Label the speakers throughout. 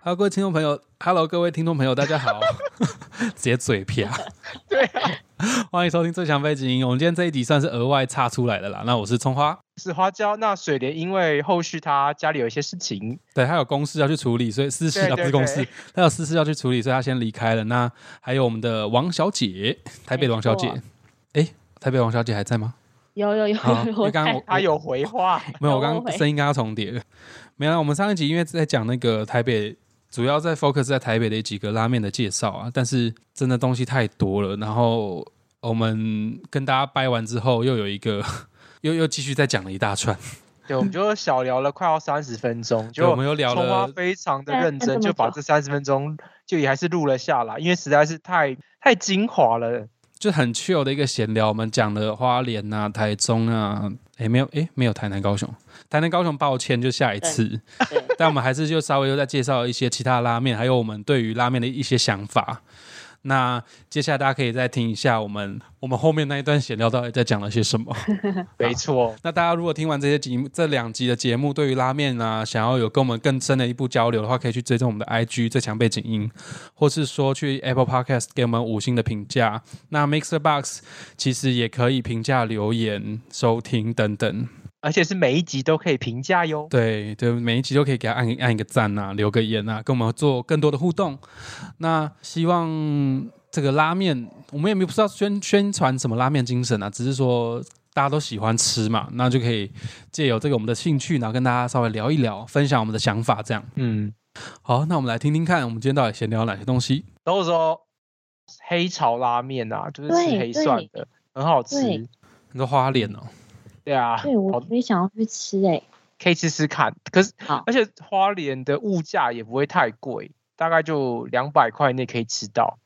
Speaker 1: 好，各位听众朋友，Hello，各位听众朋友，大家好， 直接嘴瓢，
Speaker 2: 对啊，
Speaker 1: 欢迎收听《最强背景音》。我们今天这一集算是额外插出来的啦。那我是葱花，
Speaker 2: 是花椒。那水莲因为后续他家里有一些事情，
Speaker 1: 对他有公事要去处理，所以私事
Speaker 2: 对
Speaker 1: 啊不是
Speaker 2: 对
Speaker 1: 公事
Speaker 2: 对，
Speaker 1: 他有私事要去处理，所以他先离开了。那还有我们的王小姐，台北的王小姐
Speaker 3: 没错，
Speaker 1: 哎、台北王小姐还在吗？
Speaker 3: 有有有
Speaker 1: 好
Speaker 3: 有，
Speaker 1: 啊因为刚刚
Speaker 3: 在
Speaker 1: 我
Speaker 2: 他有回话，
Speaker 1: 没有，我
Speaker 3: 有
Speaker 1: 刚
Speaker 3: 后悔
Speaker 1: 刚声音跟他重叠了。没有啦，我们上一集因为在讲那个台北，主要在 focus 在台北的几个拉面的介绍啊，但是真的东西太多了。然后我们跟大家掰完之后，又有一个 又又继续再讲了一大串。
Speaker 2: 对，我们就小聊了快要三十分钟，
Speaker 1: 就我
Speaker 2: 就
Speaker 1: 们又聊
Speaker 2: 葱花
Speaker 1: 了，
Speaker 2: 非常的
Speaker 3: 对
Speaker 2: 认
Speaker 3: 这
Speaker 2: 真，
Speaker 3: 么
Speaker 2: 就把
Speaker 3: 久
Speaker 2: 这三十分钟就也还是录了下来，因为实在是太太精华
Speaker 1: 啊
Speaker 2: 了。
Speaker 1: 就很 chill 的一个闲聊。我们讲了花莲啊、台中啊，诶，没有，诶，没有台南、高雄。台南、高雄，抱歉，就下一次。
Speaker 3: 对，
Speaker 1: 但我们还是就稍微又再介绍一些其他拉面，还有我们对于拉面的一些想法。那接下来大家可以再听一下我们我们后面那一段闲聊到底在讲了些什么。
Speaker 2: 没错，
Speaker 1: 那大家如果听完这些节目这两集的节目，对于拉面啊，想要有跟我们更深的一步交流的话，可以去追踪我们的 IG 最强背景音，或是说去 Apple Podcast 给我们五星的评价。那 Mixer Box 其实也可以评价、留言、收听等等。
Speaker 2: 而且是每一集都可以评价哟。
Speaker 1: 对对，每一集都可以给他按一按一个赞啊，留个言啊，跟我们做更多的互动。那希望这个拉面，我们也没有不知道宣宣传什么拉面精神啊，只是说大家都喜欢吃嘛，那就可以借由这个我们的兴趣，然后跟大家稍微聊一聊，分享我们的想法，这样。
Speaker 2: 嗯，
Speaker 1: 好，那我们来听听看，我们今天到底闲聊哪些东西。
Speaker 2: 都说黑潮拉面啊，就是吃
Speaker 3: 对
Speaker 2: 黑
Speaker 3: 对
Speaker 2: 蒜的，很好吃
Speaker 3: 对。
Speaker 1: 你说花脸哦，
Speaker 2: 对啊，
Speaker 3: 对我
Speaker 2: 好
Speaker 3: 我也想要去吃哎、
Speaker 2: 可以试试看。可是
Speaker 3: 好，
Speaker 2: 而且花莲的物价也不会太贵，大概就两百块内可以吃到。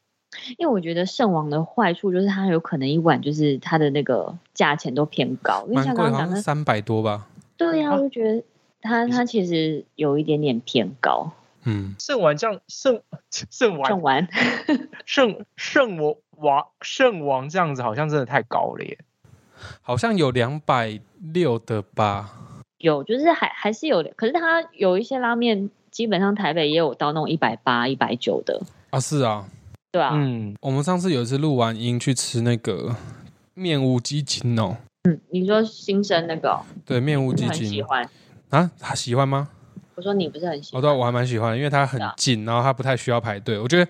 Speaker 3: 因为我觉得圣王的坏处就是它有可能一碗就是它的那个价钱都偏高，因为
Speaker 1: 蛮
Speaker 3: 像
Speaker 1: 贵，
Speaker 3: 刚
Speaker 1: 好
Speaker 3: 刚讲
Speaker 1: 像
Speaker 3: 的，
Speaker 1: 三百多吧。
Speaker 3: 对呀、
Speaker 2: 啊
Speaker 3: 我就觉得它它其实有一点点偏高。
Speaker 1: 嗯，
Speaker 2: 圣碗酱圣 圣
Speaker 3: 圣
Speaker 2: 碗
Speaker 3: 完，
Speaker 2: 圣圣我王圣王这样子好像真的太高了耶。
Speaker 1: 好像有两百六的吧。
Speaker 3: 有就是还还是有的，可是它有一些拉面，基本上台北也有到那种一百八、一百九的，
Speaker 1: 啊，是啊，
Speaker 3: 对啊，
Speaker 2: 嗯，
Speaker 1: 我们上次有一次录完音去吃那个面无鸡精哦，
Speaker 3: 你说新生那个哦、
Speaker 1: 对，面无
Speaker 3: 不是
Speaker 1: 鸡
Speaker 3: 很喜
Speaker 1: 精
Speaker 3: 欢，
Speaker 1: 啊，他喜欢吗？
Speaker 3: 我说你不是很喜
Speaker 1: 哦，
Speaker 3: 欢，
Speaker 1: 对，我还蛮喜欢的，因为它很
Speaker 3: 是啊
Speaker 1: 近，然后它不太需要排队。我觉得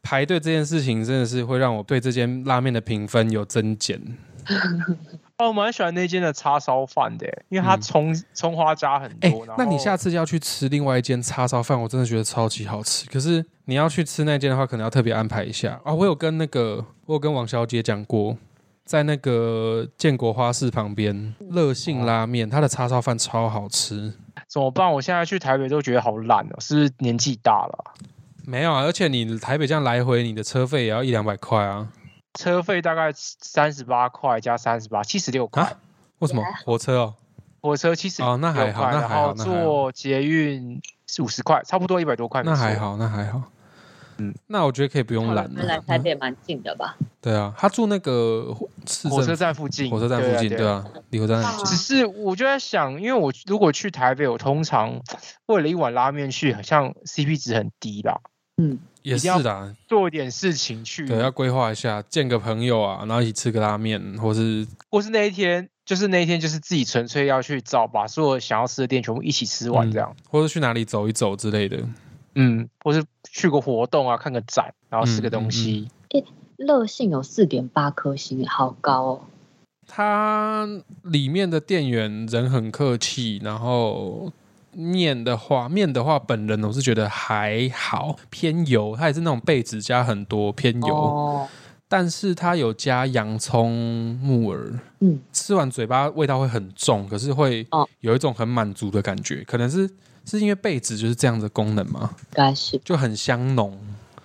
Speaker 1: 排队这件事情真的是会让我对这间拉面的评分有增减。
Speaker 2: 哦，我蛮喜欢那间的叉烧饭的耶，因为它
Speaker 1: 嗯
Speaker 2: 葱葱花加很
Speaker 1: 哎、
Speaker 3: 哦
Speaker 2: 多。然
Speaker 1: 那你
Speaker 2: 后
Speaker 1: 下次要去吃另外一间叉烧饭，我真的觉得超级好吃。可是你要去吃那间的话，可能要特别安排一下啊、我有跟那个，我有跟王小姐讲过，在那个建国花市旁边
Speaker 3: 嗯
Speaker 1: 乐信拉面，它的叉烧饭超好吃。
Speaker 2: 怎么办？我现在去台北都觉得好烂哦，是不是年纪大了啊？
Speaker 1: 没有啊，而且你台北这样来回，你的车费也要一两百块啊？
Speaker 2: 车费大概三十八块加三十八，七十六块
Speaker 1: 啊。为什么
Speaker 3: 也还
Speaker 1: 火车哦？
Speaker 2: 火车七十
Speaker 1: 哦那还好那
Speaker 2: 然
Speaker 1: 还好
Speaker 2: 后
Speaker 1: 那还好
Speaker 2: 坐捷运五十块，差不多一百多块。
Speaker 1: 那还，好，那还好。嗯，那我觉得可以不用
Speaker 3: 好了
Speaker 1: 懒
Speaker 3: 那来
Speaker 1: 了。
Speaker 3: 台北蛮近的吧？
Speaker 1: 对啊，他住那个火市
Speaker 2: 火车
Speaker 1: 政
Speaker 2: 站附近，
Speaker 1: 火车站附近，
Speaker 2: 对啊。
Speaker 1: 啊，离火车站很近。
Speaker 2: 只是我就在想，因为我如果去台北，我通常为了一碗拉面去，好像 CP 值很低啦。
Speaker 1: 也是
Speaker 2: 定要嗯
Speaker 1: 啦，
Speaker 2: 做一点事情去，
Speaker 1: 对，要规划一下，见个朋友啊，然后一起吃个拉面，或是
Speaker 2: 或是那一天，就是那一天，就是自己纯粹要去找，把所有想要吃的店全部一起吃完
Speaker 1: 嗯
Speaker 2: 这样。
Speaker 1: 或是去哪里走一走之类的。
Speaker 2: 嗯，或是去个活动啊，看个展，然后
Speaker 1: 嗯
Speaker 2: 吃个东西。
Speaker 3: 乐信有四点八颗星，好高哦。
Speaker 1: 它里面的店员人很客气，然后面的话，面的话，本人我是觉得还好，偏油，它也是那种贝子加很多偏油，
Speaker 3: 哦，
Speaker 1: 但是它有加洋葱、木耳，
Speaker 3: 嗯，
Speaker 1: 吃完嘴巴味道会很重，可是会
Speaker 3: 哦
Speaker 1: 有一种很满足的感觉，可能是是因为贝子就是这样的功能嘛，
Speaker 3: 应该是
Speaker 1: 就很香浓。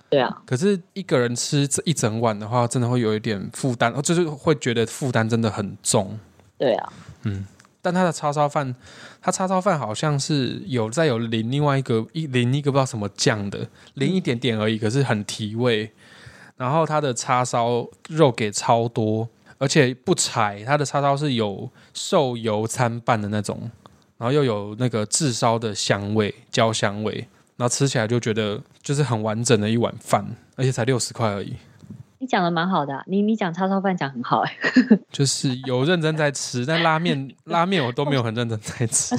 Speaker 3: 对啊，
Speaker 1: 可是一个人吃这一整碗的话，真的会有一点负担，哦，就是会觉得负担真的很重。
Speaker 3: 对啊，
Speaker 1: 但他的叉烧饭，他叉烧饭好像是有再有淋另外一个一淋一个不知道什么酱的，淋一点点而已，可是很提味。然后他的叉烧肉给超多，而且不柴，他的叉烧是有瘦油参半的那种，然后又有那个炙烧的香味、焦香味，然后吃起来就觉得就是很完整的一碗饭，而且才六十块而已，
Speaker 3: 你讲的蛮好的啊、你你讲叉烧饭讲很 好哎、
Speaker 1: 就是有认真在吃，但拉面拉面我都没有很认真在吃，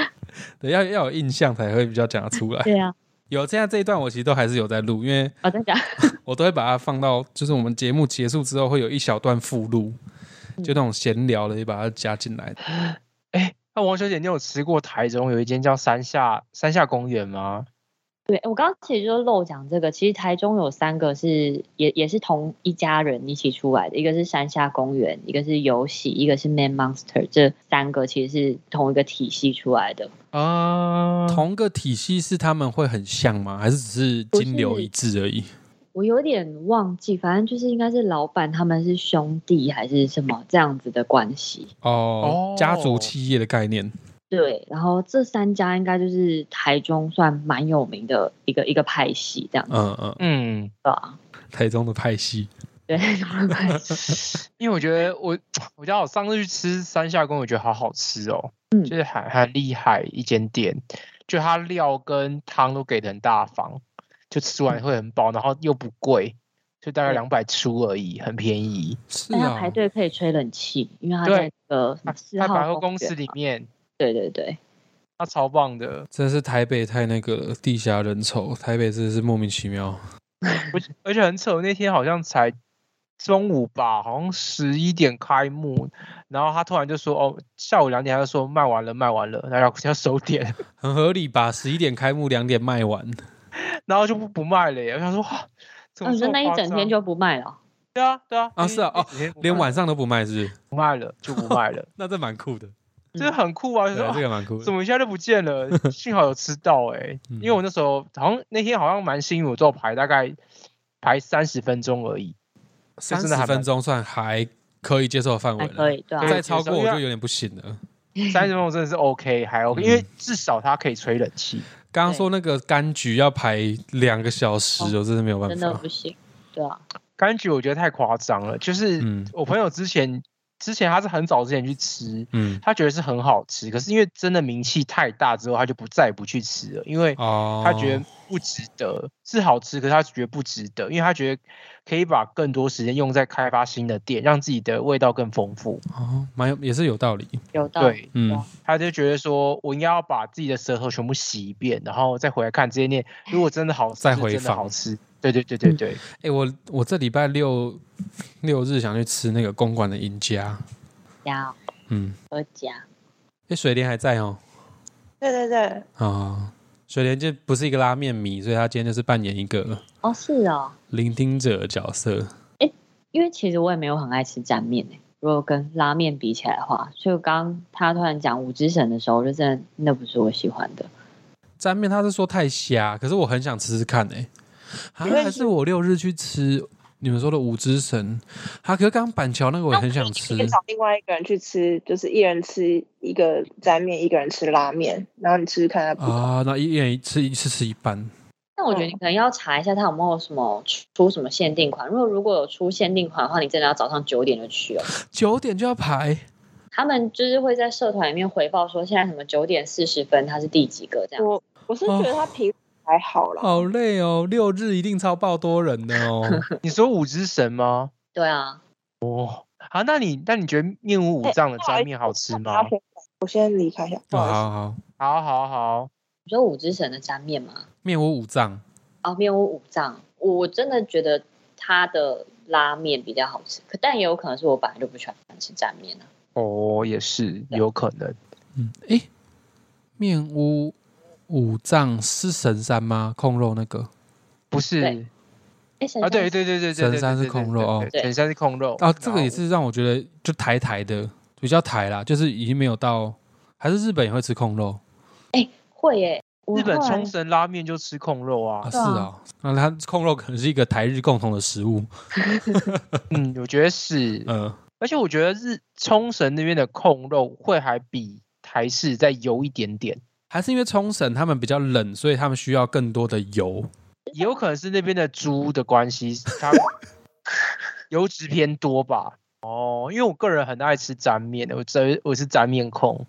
Speaker 1: 对，要要有印象才会比较讲得出来。
Speaker 3: 对啊，
Speaker 1: 有现在这一段我其实都还是有在录，因为
Speaker 3: 我在讲，
Speaker 1: 我都会把它放到，就是我们节目结束之后会有一小段附录，
Speaker 3: 嗯
Speaker 1: 就那种闲聊的，也把它加进来。
Speaker 2: 那王小姐，你有吃过台中有一间叫山下山下公园吗？
Speaker 3: 对我刚刚其实就漏讲这个，其实台中有三个是也也是同一家人一起出来的，一个是山下公园，一个是游戏，一个是 Man Monster，这三个其实是同一个体系出来的。
Speaker 2: 啊，
Speaker 1: 同个体系是他们会很像吗？还是只是金流一致而已？
Speaker 3: 我有点忘记，反正就是应该是老板他们是兄弟还是什么这样子的关系。
Speaker 1: 哦
Speaker 2: 哦，
Speaker 1: 家族企业的概念。
Speaker 3: 对，然后这三家应该就是台中算蛮有名的一个一个派系这样子
Speaker 1: 嗯嗯，
Speaker 2: 嗯，
Speaker 3: 吧？
Speaker 1: 台中的派系。
Speaker 3: 对，派系
Speaker 2: 因为我觉得我我觉得我上次去吃山下公园，我觉得好好吃哦，
Speaker 3: 嗯
Speaker 2: 就是很很厉害一间店，就它料跟汤都给的很大方，就吃完会很饱，然后又不贵，就大概
Speaker 3: 对
Speaker 2: 两百出而已，很便宜。
Speaker 1: 是
Speaker 3: 但他
Speaker 1: 啊
Speaker 3: 哎排，队可以吹冷气，因为他
Speaker 2: 哦对
Speaker 3: 在那个
Speaker 2: 它
Speaker 3: 四
Speaker 2: 它
Speaker 3: 号
Speaker 2: 百货公司
Speaker 3: 园
Speaker 2: 里
Speaker 3: 嘛。
Speaker 2: 面，
Speaker 3: 对对对，
Speaker 2: 它超棒的，
Speaker 1: 真是台北太那个了地下人稠，台北真的是莫名其妙。
Speaker 2: 而且而且很扯，那天好像才中午吧，好像十一点开幕，然后他突然就说哦，下午两点他就说卖完了，卖完了，然后要要收点，
Speaker 1: 很合理吧？十一点开幕，两点卖完，
Speaker 2: 然后就不不卖了耶。我想说哇，怎
Speaker 3: 哦，
Speaker 2: 么
Speaker 3: 你
Speaker 2: 这么
Speaker 3: 说那一
Speaker 2: 夸
Speaker 3: 整天
Speaker 2: 张
Speaker 3: 就不卖了？
Speaker 2: 对啊对啊
Speaker 1: 啊是啊哦，
Speaker 2: 一整天不
Speaker 1: 连
Speaker 2: 卖
Speaker 1: 晚上都不卖，是不是？
Speaker 2: 不卖了就不卖了，
Speaker 1: 那这蛮酷的，
Speaker 2: 这个很酷啊！我
Speaker 1: 对
Speaker 2: 想
Speaker 1: 啊，这
Speaker 2: 说
Speaker 1: 个蛮酷
Speaker 2: 啊怎
Speaker 1: 的。
Speaker 2: 么一下就不见了？幸好有吃到哎、 因为我那时候好像那天好像蛮幸运，我最后排大概排三十分钟而 已。
Speaker 1: 三
Speaker 2: 真
Speaker 1: 十
Speaker 2: 的还蛮
Speaker 1: 分钟算还可以接受的范围
Speaker 3: 还
Speaker 1: 了，
Speaker 3: 可以，对啊
Speaker 2: 对。
Speaker 1: 再超过我就有点不行了。
Speaker 2: 三十分钟真的是 OK，还 OK，、因为
Speaker 1: 嗯
Speaker 2: 至少它可以吹冷气。
Speaker 1: 刚刚说那个柑橘要排两个小时，
Speaker 3: 哦
Speaker 1: 我真的没有办
Speaker 3: 真的
Speaker 1: 法。
Speaker 3: 不行，对啊，
Speaker 2: 柑橘我觉得太夸张了，就是
Speaker 1: 嗯
Speaker 2: 我朋友之前之前他是很早之前去吃，
Speaker 1: 嗯，
Speaker 2: 他觉得是很好吃，可是因为真的名气太大之后，他就不再也不去吃了，因为
Speaker 1: 哦，
Speaker 2: 他觉得不值得，是好吃，可是他觉得不值得，因为他觉得可以把更多时间用在开发新的店，让自己的味道更丰富。
Speaker 1: 哦，蛮有也是有道理。
Speaker 3: 有道理。
Speaker 2: 对，
Speaker 1: 嗯
Speaker 3: 对啊
Speaker 2: 他就觉得说我应该要把自己的舌头全部洗一遍，然后再回来看这些店，如果真的好吃，
Speaker 1: 再
Speaker 2: 就
Speaker 1: 回
Speaker 2: 真的
Speaker 1: 访
Speaker 2: 好吃。对对对对对，
Speaker 1: 哎、我我这礼拜六六日想去吃那个公馆的赢家，
Speaker 3: 家
Speaker 1: 嗯，
Speaker 3: 和家，
Speaker 1: 哎、水莲还在哦，
Speaker 4: 对对对，
Speaker 1: 啊、水莲就不是一个拉面迷，所以他今天就是扮演一个
Speaker 3: 哦是哦，
Speaker 1: 聆听者的角色。
Speaker 3: 因为其实我也没有很爱吃沾面诶、如果跟拉面比起来的话，所以我刚他突然讲五之神的时候，就真的那不是我喜欢的。
Speaker 1: 沾面他是说太瞎，可是我很想吃吃看哎、啊
Speaker 4: 没关系
Speaker 1: 还是我六日去吃你们说的五之神，啊，可是刚刚板桥那个我也很想吃
Speaker 4: 你，可以找另外一个人去吃，就是一人吃一个沾面，一个人吃拉面，然后你吃吃看它不同。
Speaker 1: 啊，那一人一吃一次吃一半，
Speaker 3: 但我觉得
Speaker 2: 嗯
Speaker 3: 你可能要查一下他有没有什么出什么限定款。如果如果有出限定款的话，你真的要早上九点就去哦。
Speaker 1: 九点就要排，
Speaker 3: 他们就是会在社团里面回报说现在什么九点四十分它是第几个这样。
Speaker 4: 我我是觉得它皮还好啦，
Speaker 1: 好累哦，六日一定超爆多人的哦。
Speaker 2: 你说五之神吗？
Speaker 3: 对啊，
Speaker 2: 啊，那你那你觉得面无五脏的沾面哎好吃吗？
Speaker 4: 我先离开一下，不
Speaker 1: 哦好
Speaker 4: 好意思。
Speaker 1: 好好，
Speaker 2: 好好好，
Speaker 3: 你说五之神的沾面吗？
Speaker 1: 面无五脏，
Speaker 3: 哦，面无五脏，我我真的觉得它的拉面比较好吃，可但也有可能是我本来就不喜欢吃沾面啊。
Speaker 2: 哦，也是有可能。
Speaker 1: 嗯，诶，面无五脏是神山吗？控肉那个
Speaker 2: 不
Speaker 3: 对
Speaker 2: 是
Speaker 3: 哎，神
Speaker 2: 啊，
Speaker 3: 山
Speaker 2: 对对对对对，
Speaker 1: 神山是
Speaker 2: 对对对
Speaker 1: 控肉
Speaker 2: 对
Speaker 1: 哦
Speaker 2: 对神山是控肉
Speaker 1: 啊，这个也
Speaker 2: 哦然后
Speaker 1: 是让我觉得就台台的比较台啦，就是已经没有到，还是日本也会吃控肉
Speaker 3: 会耶、我
Speaker 2: 日本
Speaker 3: 后来
Speaker 2: 冲绳拉面就吃控肉
Speaker 1: 啊？
Speaker 2: 啊，
Speaker 1: 是啊，那它控肉可能是一个台日共同的食物，
Speaker 2: 嗯，我觉得是，
Speaker 1: 嗯，
Speaker 2: 而且我觉得日冲绳那边的控肉会还比台式再油一点点，
Speaker 1: 还是因为冲绳他们比较冷，所以他们需要更多的油。
Speaker 2: 也有可能是那边的猪的关系，它油脂偏多吧。哦，因为我个人很爱吃沾面，我这我是沾面控。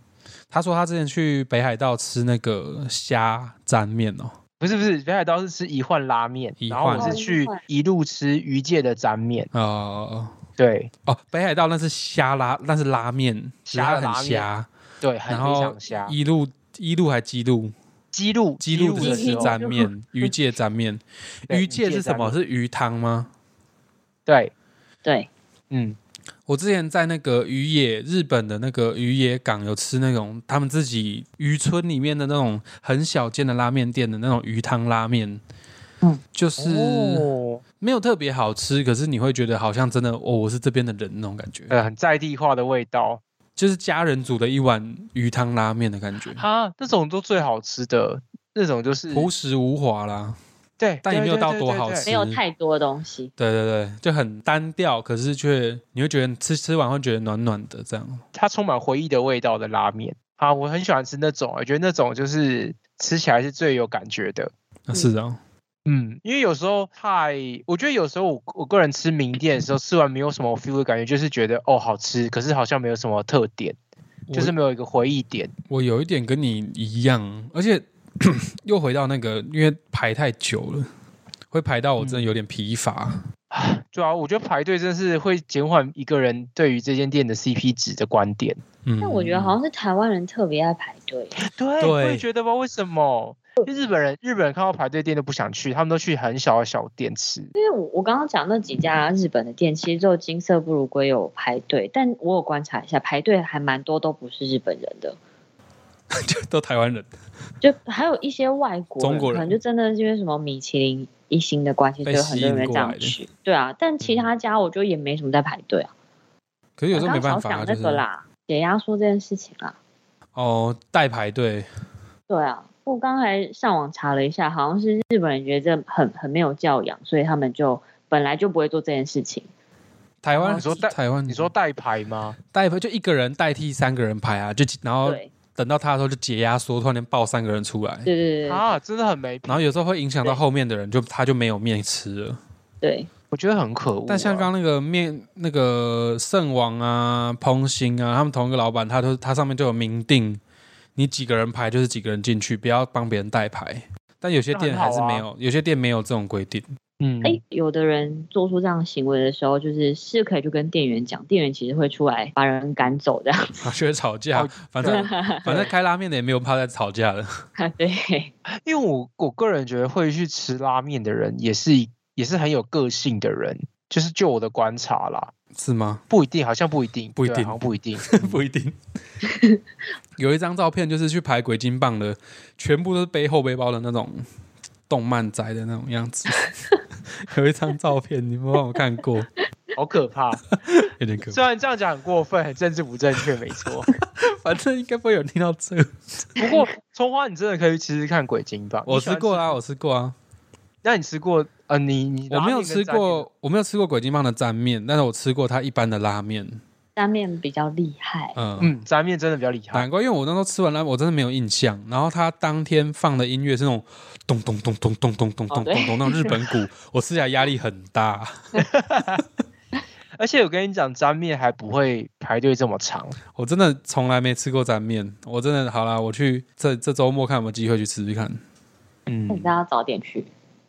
Speaker 1: 他说他之前去北海道吃那个虾沾面哦，
Speaker 2: 不是不是，北海道是吃一换拉面，
Speaker 1: 一
Speaker 2: 然后我
Speaker 1: 换
Speaker 2: 是去一路吃鱼界的沾面，
Speaker 1: 哦
Speaker 2: 对
Speaker 1: 哦，北海道那是虾拉，那是拉面，只是
Speaker 2: 虾
Speaker 1: 它
Speaker 2: 的拉
Speaker 1: 很
Speaker 2: 面
Speaker 1: 虾，
Speaker 2: 对，很
Speaker 1: 然
Speaker 2: 非
Speaker 1: 后
Speaker 2: 常香。
Speaker 1: 一路一路还鸡路，
Speaker 2: 鸡路
Speaker 1: 鸡
Speaker 2: 路
Speaker 1: 路
Speaker 3: 的
Speaker 1: 只
Speaker 3: 时
Speaker 1: 是
Speaker 3: 候
Speaker 1: 沾 面，鱼介沾面，
Speaker 2: 对
Speaker 1: 鱼介是什么？
Speaker 2: 鱼
Speaker 1: 是鱼汤吗？
Speaker 2: 对，
Speaker 3: 对，
Speaker 2: 嗯，
Speaker 1: 我之前在那个渔野日本的那个渔野港有吃那种他们自己渔村里面的那种很小间的拉面店的那种鱼汤拉面，
Speaker 3: 嗯，
Speaker 1: 就是
Speaker 2: 哦，
Speaker 1: 没有特别好吃，可是你会觉得好像真的哦，我是这边的人那种感觉，
Speaker 2: 呃，很在地化的味道
Speaker 1: 就是家人煮的一碗鱼汤拉面的感觉，
Speaker 2: 哈，那种都最好吃的，那种就是
Speaker 1: 朴实无华啦。
Speaker 2: 对，
Speaker 1: 但也
Speaker 2: 对
Speaker 1: 没有
Speaker 2: 对
Speaker 1: 到
Speaker 2: 对
Speaker 1: 多
Speaker 2: 对
Speaker 1: 好
Speaker 2: 对
Speaker 1: 吃
Speaker 3: 没有太多东西。
Speaker 1: 对对对，就很单调，可是却你会觉得吃吃完会觉得暖暖的这样。
Speaker 2: 它充满回忆的味道的拉面啊，我很喜欢吃那种，我觉得那种就是吃起来是最有感觉的。
Speaker 1: 啊是啊、
Speaker 2: 嗯，因为有时候太，我觉得有时候我我个人吃名店的时候，吃完没有什么 feel 的感觉，就是觉得哦好吃，可是好像没有什么特点，就
Speaker 1: 我
Speaker 2: 是没有一个回忆点。
Speaker 1: 我有一点跟你一样，而且 又回到那个，因为排太久了，会排到我真的有点疲乏。
Speaker 2: 对啊，我觉得排队真是会减缓一个人对于这间店的 CP 值的观点。
Speaker 1: 嗯，
Speaker 3: 但我觉得好像是台湾人特别爱排队，
Speaker 2: 对，我
Speaker 1: 对
Speaker 2: 也觉得吧，为什么？因为日本人日本人看到排队店都不想去，他们都去很小的小店吃。
Speaker 3: 因为我我刚刚讲那几家日本的店，其实只有金色不如归有排队，但我有观察一下，排队还蛮多都不是日本人的，
Speaker 1: 就 都台湾人，
Speaker 3: 就还有一些外国
Speaker 1: 中国人
Speaker 3: 可能就真的是因为什么米其林一星的关系，所
Speaker 1: 被
Speaker 3: 以很多人这样
Speaker 1: 吸
Speaker 3: 去。对啊，但其他家我觉得也没什么在排队啊。
Speaker 1: 可是有时候没
Speaker 3: 我刚
Speaker 1: 办
Speaker 3: 刚
Speaker 1: 法、
Speaker 3: 少
Speaker 1: 啊，
Speaker 3: 讲
Speaker 1: 就
Speaker 3: 这
Speaker 1: 是
Speaker 3: 个啦，解压缩这件事情啦。
Speaker 1: 哦，代排队，
Speaker 3: 对啊，我刚才上网查了一下，好像是日本人觉得这很很没有教养，所以他们就本来就不会做这件事情。
Speaker 1: 台湾、
Speaker 2: 哦你说代
Speaker 1: 台湾，
Speaker 2: 你说代排吗？
Speaker 1: 代排就一个人代替三个人排啊，就然后
Speaker 3: 对
Speaker 1: 等到他的时候就解压缩，突然间爆三个人出来，
Speaker 3: 对对对
Speaker 2: 啊，真的很没品，
Speaker 1: 然后有时候会影响到后面的人，就他就没有面吃了。
Speaker 3: 对，
Speaker 2: 我觉得很可恶啊、
Speaker 1: 但像刚刚那个面那个圣王啊、烹星啊，他们同一个老板，他都他上面就有明定，你几个人排就是几个人进去，不要帮别人代排。但有些店还是没有，有些店没有这种规定。
Speaker 2: 嗯，
Speaker 3: 哎、有的人做出这样的行为的时候，就是是可以去跟店员讲，店员其实会出来把人赶走这样。
Speaker 1: 他学啊吵架，
Speaker 2: 哦
Speaker 1: 反正反正开拉面的也没有怕再吵架了。
Speaker 3: 对，
Speaker 2: 因为我我个人觉得会去吃拉面的人，也是也是很有个性的人，就是就我的观察啦，
Speaker 1: 是吗？
Speaker 2: 不一定，好像不一定，
Speaker 1: 不一
Speaker 2: 对啊
Speaker 1: 定
Speaker 2: 好像不一定， 嗯
Speaker 1: 不一 定。有一张照片就是去排鬼金棒的，全部都是背后背包的那种动漫宅的那种样 子。有一张照片，你们帮我看过，
Speaker 2: 好 可怕。
Speaker 1: 有点可怕。
Speaker 2: 虽然这样讲很过分，很政治不正确，没错。
Speaker 1: 反正应该不会有人听到这个。
Speaker 2: 不过葱花，你真的可以去吃吃看鬼精棒。
Speaker 1: 我吃过
Speaker 2: 啊，
Speaker 1: 啊，我吃过啊，
Speaker 2: 那你吃过？呃，你你
Speaker 1: 我
Speaker 2: 拉
Speaker 1: 没有
Speaker 2: 面跟
Speaker 1: 吃
Speaker 2: 沾面
Speaker 1: 过，我没有吃过鬼金棒的沾面，但是我吃过它一般的拉面。
Speaker 3: 拉面比较厉害。
Speaker 1: 嗯，
Speaker 2: 嗯，沾面真的比较厉害。
Speaker 1: 难怪，因为我那时候吃完拉面，我真的没有印象。然后它当天放的音乐是那种咚咚咚咚咚咚咚咚咚
Speaker 3: 哦对
Speaker 1: 咚那种日本 鼓，我吃起来压力很大。
Speaker 2: 而且我跟你讲，沾面还不会排队这么长。
Speaker 1: 我真的从来没吃过沾面，我真的好啦，我去这这周末看有没有机会去吃吃看。
Speaker 3: 那
Speaker 2: 嗯，
Speaker 3: 大家早点去，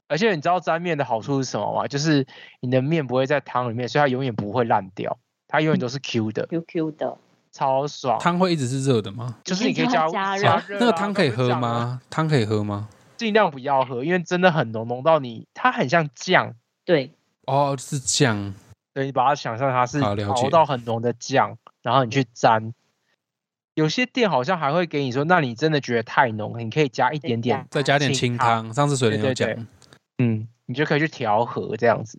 Speaker 2: 而且你知道沾面的好处是什么吗？就是你的面不会在汤里面，所以它永远不会烂掉，它永远都是 Q 的，
Speaker 3: QQ 的
Speaker 2: 超爽。
Speaker 1: 汤会一直是热的吗？
Speaker 2: 就是你可以
Speaker 3: 加
Speaker 2: 加
Speaker 3: 加热
Speaker 2: 热
Speaker 1: 啊
Speaker 2: 啊，
Speaker 1: 那个汤可以喝？
Speaker 2: 刚刚讲了
Speaker 1: 吗？汤可以喝吗？
Speaker 2: 啊尽量不要喝，因为真的很浓，浓到你它很像酱。
Speaker 3: 对，
Speaker 1: 哦，是酱。
Speaker 2: 对，你把它想象它是
Speaker 1: 好了解
Speaker 2: 熬到很浓的酱，然后你去沾。有些店好像还会给你说，那你真的觉得太浓，你可以加一点点，
Speaker 1: 再加点清
Speaker 2: 清
Speaker 1: 汤。上次水莲有
Speaker 2: 对
Speaker 1: 讲
Speaker 2: 对对，嗯，你就可以去调和这样子。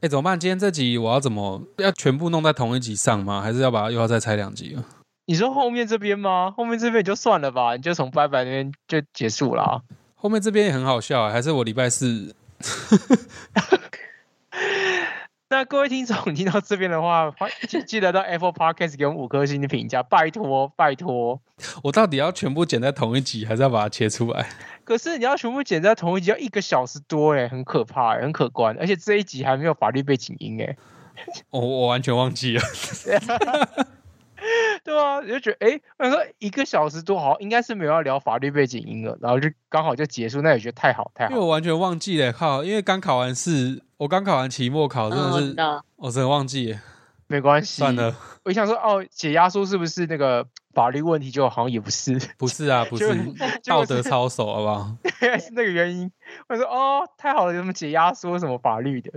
Speaker 1: 哎，怎么办？今天这集我要怎么要全部弄在同一集上吗？还是要把它又要再拆两集了？
Speaker 2: 你说后面这边吗？后面这边也就算了吧，你就从拜拜那边就结束啦。
Speaker 1: 后面这边也很好笑、啊还是我礼拜四
Speaker 2: 那各位听众听到这边的话，欢记记得到 Apple Podcast 给我们五颗星的评价，拜托拜托。
Speaker 1: 我到底要全部剪在同一集，还是要把它切出来？
Speaker 2: 可是你要全部剪在同一集要一个小时多哎，很可怕哎，很可观，而且这一集还欸没有法律背景音哎。
Speaker 1: 我我完全忘记了。
Speaker 2: 对啊，我就觉得哎，诶我想说一个小时多好，应该是没有要聊法律背景音了，然后就刚好就结束，那也觉得太好太
Speaker 1: 因为
Speaker 2: 好。
Speaker 1: 我完全忘记了，靠！因为刚考完试，我刚考完期末考，哦真
Speaker 2: 哦
Speaker 3: 嗯，
Speaker 1: 的
Speaker 3: 我知
Speaker 1: 是，
Speaker 3: 道，
Speaker 1: 我真的忘记了，
Speaker 2: 没关系，
Speaker 1: 算。了，
Speaker 2: 我想说哦，解压缩是不是那个法律问题？就好像也不是，
Speaker 1: 不是啊，不
Speaker 2: 就是是
Speaker 1: 道德操守，好不好？
Speaker 2: 原来是那个原因。我说哦，太好了，什么解压缩什么法律的，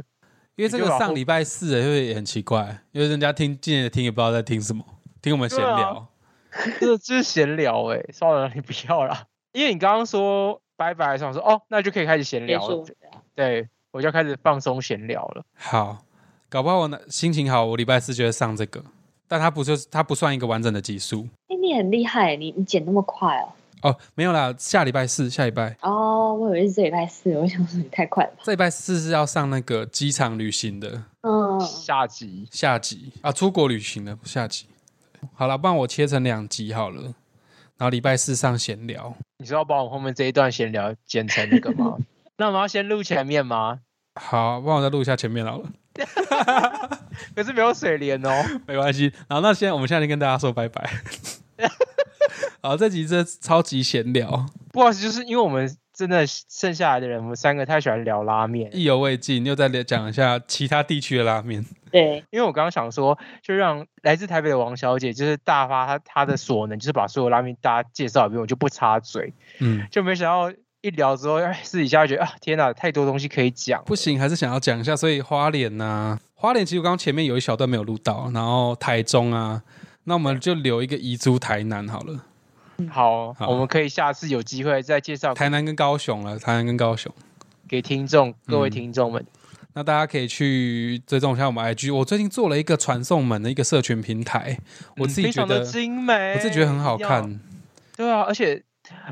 Speaker 1: 因为这个上礼拜四欸，因为也很奇怪，因为人家听进来听也不知道在听什么，听我们闲
Speaker 2: 对啊
Speaker 1: 聊。
Speaker 2: 这就是闲聊哎、算了，你不要啦。因为你刚刚说拜拜的时候，我说哦，那就可以开始闲
Speaker 3: 结
Speaker 2: 聊了
Speaker 3: 束。。
Speaker 2: 对，我就开始放松闲聊了。
Speaker 1: 好，搞不好我那心情好，我礼拜四就会上这个，但它不就是它不算一个完整的集数
Speaker 3: 哎，你很厉害，你你剪那么快哦。
Speaker 1: 哦，没有啦，下礼拜四，下礼拜
Speaker 3: 哦，我以为是这礼拜四，我想说你太快了吧。
Speaker 1: 这礼拜四是要上那个机场旅行的
Speaker 3: 嗯，
Speaker 2: 下集
Speaker 1: 下集啊，出国旅行的下集。好了，不然我切成两集好了，然后礼拜四上闲聊。
Speaker 2: 你是要把我后面这一段闲聊剪成那个吗？那我们要先录前面吗？
Speaker 1: 好，不然我再录一下前面好了，
Speaker 2: 可是没有水莲哦。
Speaker 1: 没关系。然后那现在我们现在就跟大家说拜拜。 好，这集这超级闲聊，
Speaker 2: 不好意思，就是因为我们真的剩下来的人，我们三个太喜欢聊拉面。
Speaker 1: 意犹未尽，又再讲一下其他地区的拉面。
Speaker 3: 对，
Speaker 2: 因为我刚刚想说，就让来自台北的王小姐就是大发她她的所能，就是把所有拉面大家介绍一遍，我就不插嘴。
Speaker 1: 嗯，
Speaker 2: 就没想到一聊之后，哎，私底下就觉得啊，天哪，太多东西可以讲。
Speaker 1: 不行，还是想要讲一下。所以花莲呐、花莲其实我刚刚前面有一小段没有录到，然后台中啊，那我们就留一个遗珠台南好了。
Speaker 2: 好，
Speaker 1: 好
Speaker 2: 我们可以下次有机会再介绍
Speaker 1: 台南跟高雄啊了，台南跟高雄。
Speaker 2: 给听众各位
Speaker 1: 嗯
Speaker 2: 听众们。
Speaker 1: 那大家可以去追踪一下我们 IG。我最近做了一个传送门的一个社群平台，我
Speaker 2: 嗯
Speaker 1: 自己
Speaker 2: 非
Speaker 1: 觉
Speaker 2: 常
Speaker 1: 得，
Speaker 2: 的哎精美，
Speaker 1: 我自己觉得很好
Speaker 2: 要。
Speaker 1: 看，
Speaker 2: 对啊，而且，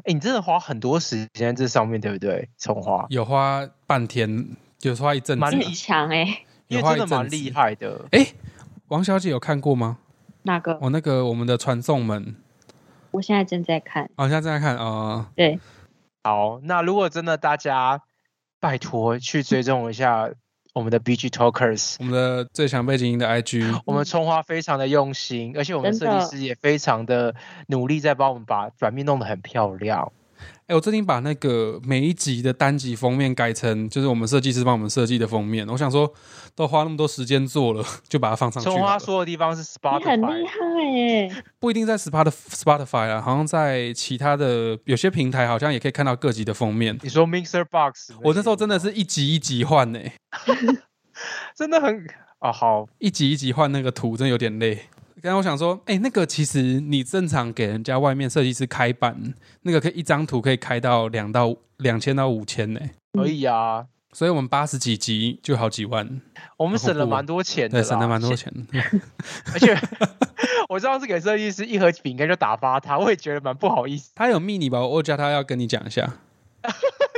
Speaker 2: 哎，你真的花很多时间在这上面，对不对？从花，
Speaker 1: 有花半天，有花一阵子
Speaker 2: 蛮
Speaker 1: 啊
Speaker 3: 你，很强哎，
Speaker 1: 有
Speaker 2: 因为
Speaker 1: 花
Speaker 2: 真
Speaker 1: 一
Speaker 2: 的
Speaker 1: 阵
Speaker 2: 蛮
Speaker 1: 子
Speaker 2: 厉。害的。
Speaker 1: 哎、王小姐有看过吗？哦
Speaker 3: 那个？
Speaker 1: 我、那个我们的传送门，
Speaker 3: 我现在正在看。
Speaker 1: 哦，现在正在看啊、呃
Speaker 3: 对，
Speaker 2: 好，那如果真的大家拜托去追踪一下我们的 BG Talkers，
Speaker 1: 我们的最强背景音的 IG。
Speaker 2: 我们
Speaker 3: 嗯
Speaker 2: 葱花非常的用心，而且我们
Speaker 3: 真
Speaker 2: 设计
Speaker 3: 的
Speaker 2: 师也非常的努力，在帮我们把版面弄得很漂亮。
Speaker 1: 哎、我最近把那个每一集的单集封面改成，就是我们设计师帮我们设计的封面。我想说，都花那么多时间做了，就把它放上去好
Speaker 2: 葱
Speaker 1: 了。
Speaker 2: 花说的地方是
Speaker 3: 你很厉
Speaker 2: Spotify，
Speaker 3: 害哎。
Speaker 1: 不一定在 Spot Spotify 啊，好像在其他的有些平台，好像也可以看到各集的封面。
Speaker 2: 你说 Mixer Box，
Speaker 1: 我那时候
Speaker 2: 些
Speaker 1: 真的是一集一集换呢、
Speaker 2: 真的很哦，好，
Speaker 1: 一集一集换那个图，真的有点累。刚才我想说，哎、那个其实你正常给人家外面设计师开版，那个可以一张图可以开到两到两千到五千呢，
Speaker 2: 可以啊，
Speaker 1: 所以我们八十几集就好几万，
Speaker 2: 我们
Speaker 1: 好恐
Speaker 2: 省了
Speaker 1: 怖 哦
Speaker 2: 蛮多钱的
Speaker 1: 对，
Speaker 2: 啦，
Speaker 1: 省了蛮多钱的。
Speaker 2: 而且 我知道是给设计师一盒饼干就打发他，我也觉得蛮不好意思。
Speaker 1: 他有密你吧？我叫他要跟你讲一 下，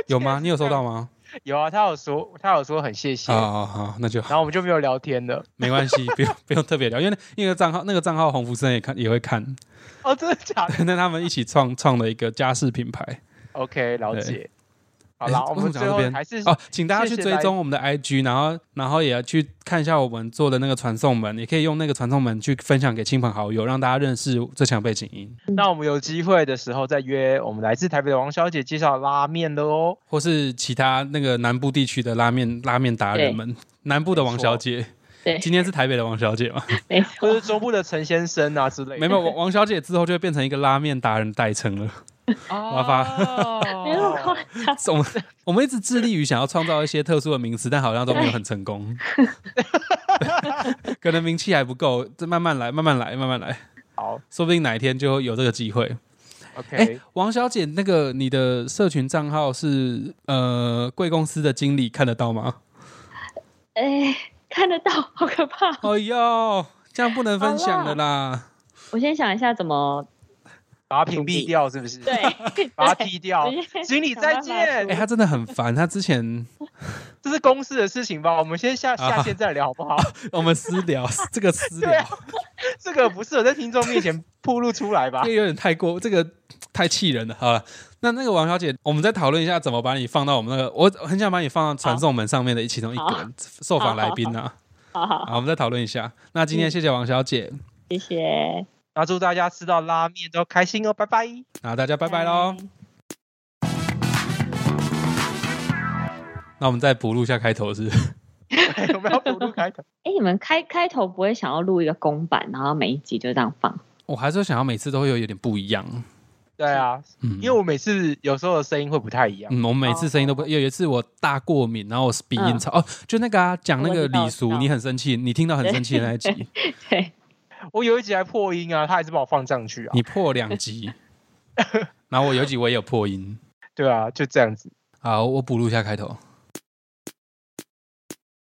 Speaker 1: 有吗？你有收到吗？
Speaker 2: 有啊，他有说他有说很谢谢，
Speaker 1: 好好好，那就
Speaker 2: 然后我们就没有聊天了。
Speaker 1: 没关 系，不用不用特别聊，因为那个账号那个账号洪福生也看也会看，
Speaker 2: 哦，真的假的
Speaker 1: 那他们一起创创了一个家饰品牌。
Speaker 2: ？OK，了
Speaker 1: 对
Speaker 2: 解。好
Speaker 1: 诶
Speaker 2: 啦，
Speaker 1: 为
Speaker 2: 我
Speaker 1: 什么
Speaker 2: 们
Speaker 1: 讲
Speaker 2: 最
Speaker 1: 到
Speaker 2: 后
Speaker 1: 这边
Speaker 2: 还是
Speaker 1: 哦，请大家去
Speaker 2: 谢谢
Speaker 1: 追
Speaker 2: 来
Speaker 1: 踪我们的 IG，然后然后也要去看一下我们做的那个传送门，也可以用那个传送门去分享给亲朋好友，让大家认识最强背景音，
Speaker 2: 那我们有机会的时候再约我们来自台北的王小姐介绍拉面的哦。
Speaker 1: 或是其他那个南部地区的拉面拉面达人
Speaker 3: 对
Speaker 1: 们，南部的
Speaker 2: 没
Speaker 1: 王
Speaker 2: 错
Speaker 1: 小姐，
Speaker 3: 对，
Speaker 1: 今天是台北的王小姐嘛？
Speaker 3: 没
Speaker 2: 或
Speaker 3: 错
Speaker 2: 是。中部的陈先生啊之类的，
Speaker 1: 没有，王王小姐之后就会变成一个拉面达人代称了。麻
Speaker 3: 没那么
Speaker 2: 哦
Speaker 3: 夸张，
Speaker 1: 我们我们一直致力于想要创造一些特殊的名词，但好像都没有很成功。可能名气还不够，这慢慢来，慢慢来，慢慢来，
Speaker 2: 好
Speaker 1: 说不定哪一天就有这个机会。哎、
Speaker 2: ，OK，
Speaker 1: 王小姐，那个你的社群账号是呃贵公司的经理看得到吗？
Speaker 3: 哎，看得到，好可怕。
Speaker 1: 哎呦，这样不能分享的啦。
Speaker 3: 我先想一下怎么
Speaker 2: 把它屏蔽掉是不 是？
Speaker 3: 对，
Speaker 2: 把它踢掉
Speaker 3: 直 接。
Speaker 2: 经理
Speaker 3: 想办
Speaker 2: 再
Speaker 3: 法
Speaker 2: 见
Speaker 1: 哎、，她真的很烦，她之前
Speaker 2: 这是公司的事情吧？我们先下下
Speaker 1: 啊
Speaker 2: 线再聊好不好？
Speaker 1: 我们私聊这个私
Speaker 2: 对
Speaker 1: 聊
Speaker 2: 啊，这个不适合在听众面前暴露出 来吧
Speaker 1: 这个？有点太过，这个太气人了。好了，那那个王小姐，我们再讨论一下怎么把你放到我们那个，我很想把你放到传送门上面的其中一
Speaker 3: 好
Speaker 1: 个受访来宾啊。
Speaker 3: 好好，
Speaker 1: 嗯好，我们再讨论一下。那今天谢谢王小姐，
Speaker 3: 谢谢。
Speaker 2: 然后祝大家吃到拉面都开心哦，拜 拜。
Speaker 1: 那大家拜拜喽。那我们再补录一下开头是不是
Speaker 2: 我们要补录开头，
Speaker 3: 哎，你们开开头不会想要录一个公版，然后每一集就这样放？
Speaker 1: 我还是想要每次都会有一点不一样。
Speaker 2: 对啊，
Speaker 1: 嗯，
Speaker 2: 因为我每次有时候的声音会不太一样。
Speaker 1: 嗯，我们每次声音都不，有一次我大过敏，然后我是鼻音超、哦，就那个啊，讲那个
Speaker 3: 我知道
Speaker 1: 礼
Speaker 3: 我知
Speaker 1: 俗，
Speaker 3: 道
Speaker 1: 你很生气，你听到很生气的那一 集，
Speaker 3: 对，
Speaker 2: 我有一集还破音啊，他还是把我放上去啊。
Speaker 1: 你破两 集，然后我有一集我也有破音。
Speaker 2: 对啊，就这样子。
Speaker 1: 好，我补录一下开头。